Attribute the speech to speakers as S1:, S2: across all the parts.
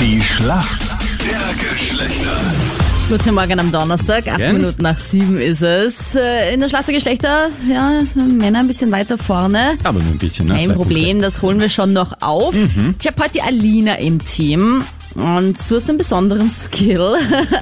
S1: Die Schlacht der Geschlechter.
S2: Guten Morgen am Donnerstag, acht
S3: Morgen.
S2: Minuten nach sieben ist es. Äh, In der Schlacht der Geschlechter, ja, Männer ein bisschen weiter vorne.
S3: Aber nur ein bisschen, ne?
S2: Kein
S3: Zwei
S2: Problem, das holen wir schon noch auf. Ich habe heute die Alina im Team. Und du hast einen besonderen Skill.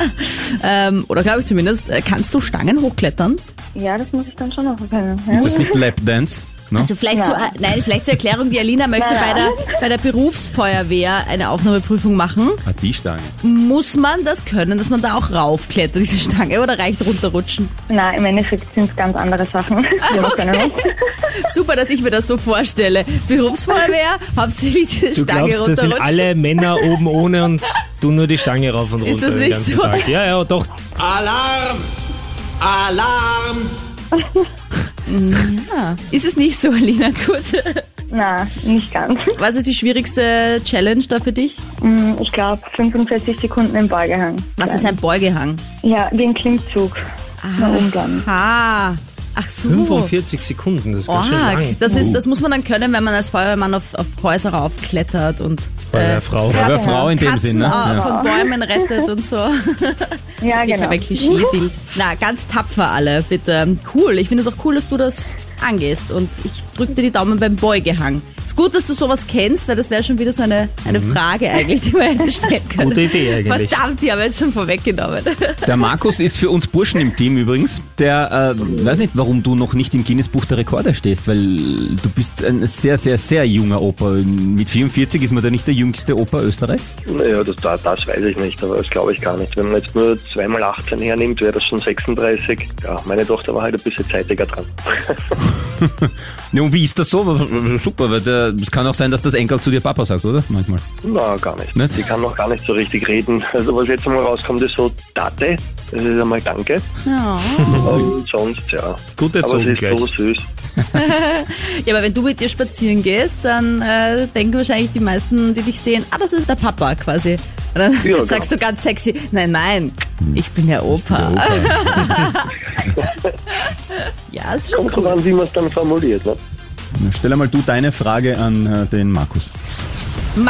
S2: ähm, oder glaube ich zumindest, äh, kannst du Stangen hochklettern?
S4: Ja, das muss ich dann schon noch können.
S3: Punkte.
S4: Ja?
S3: Ist das nicht Ne? Lapdance? No?
S2: Also vielleicht,
S4: Ja.
S2: zur, nein, vielleicht zur Erklärung, die Alina möchte bei
S4: Nein, nein.
S2: der, bei der Berufsfeuerwehr eine Aufnahmeprüfung machen.
S3: Ah, die Stange.
S2: Muss man das können, dass man da auch raufklettert, diese Stange, oder reicht runterrutschen?
S4: Na, im Endeffekt sind es ganz andere Sachen.
S2: Ah,
S4: Wir können nicht.
S2: Super, dass ich mir das so vorstelle. Berufsfeuerwehr, hauptsächlich diese
S5: Du
S2: Stange
S5: glaubst, das sind
S2: runterrutschen.
S5: alle Männer oben ohne und tun nur die Stange rauf und runter
S2: Ist das
S5: den
S2: nicht
S5: ganzen
S2: so?
S5: Tag. Ja, ja, doch.
S6: Alarm! Alarm!
S2: Ist es nicht so, Alina? Gut.
S4: Na, nicht ganz.
S2: Was ist die schwierigste Challenge da für dich?
S4: Hm, Ich glaube, 45 Sekunden im Ballgehang.
S2: Was ist ein Ballgehang?
S4: Ja, wie ein Klimmzug. Nach oben bleiben.
S2: Ah, ach so.
S5: 45 Sekunden, das ist ganz schön
S2: Oha,
S5: lang. Uh.
S2: das, ist, das muss man dann können, wenn man als Feuerwehrmann auf, auf Häuser raufklettert und
S5: Bei
S2: äh,
S5: der Frau.
S3: Aber Frau in dem
S2: Katzen
S3: Sinn, ne?
S2: äh,
S3: Ja.
S2: von Bäumen rettet und so.
S4: Ja,
S2: Ich
S4: genau.
S2: habe ein Klischeebild. Na, ganz tapfer alle, bitte. Cool, ich finde es auch cool, dass du das angehst und ich drücke dir die Daumen beim Beugehang. Ist gut, dass du sowas kennst, weil das wäre schon wieder so eine, eine Frage eigentlich, die man hätte stellen können.
S5: Gute Idee eigentlich.
S2: Verdammt, die haben wir jetzt schon vorweggenommen.
S3: Der Markus ist für uns Burschen im Team übrigens. Der, äh, weiß nicht, warum du noch nicht im Guinness-Buch der Rekorde stehst, weil du bist ein sehr, sehr, sehr junger Opa. Mit 44 ist man da nicht der jüngste Opa Österreichs.
S7: Naja, das, da- das weiß ich nicht, aber das glaube ich gar nicht. Wenn man jetzt nur 2 18 hernimmt, wäre das schon 36. Ja, meine Tochter war halt ein bisschen zeitiger dran.
S3: Ja, und wie ist das so? Super, weil der, es kann auch sein, dass das Enkel zu dir Papa sagt, oder? Manchmal.
S7: Na, gar nicht.
S3: Nicht?
S7: Sie kann noch gar nicht so richtig reden. Also was jetzt mal rauskommt, ist so Date. Das ist einmal Danke. Und sonst, ja.
S5: Gut
S7: aber
S5: erzogen
S7: sie ist
S5: gleich.
S7: so süß.
S2: Ja, aber wenn du mit dir spazieren gehst, dann äh, denken wahrscheinlich die meisten, die dich sehen, ah, das ist der Papa quasi. Und dann
S7: genau.
S2: sagst du ganz sexy, nein, nein, ich bin der Opa. ja, ist schon
S7: Kommt drauf an, wie man es dann formuliert. Ne?
S3: Stell einmal du deine Frage an äh, den Markus.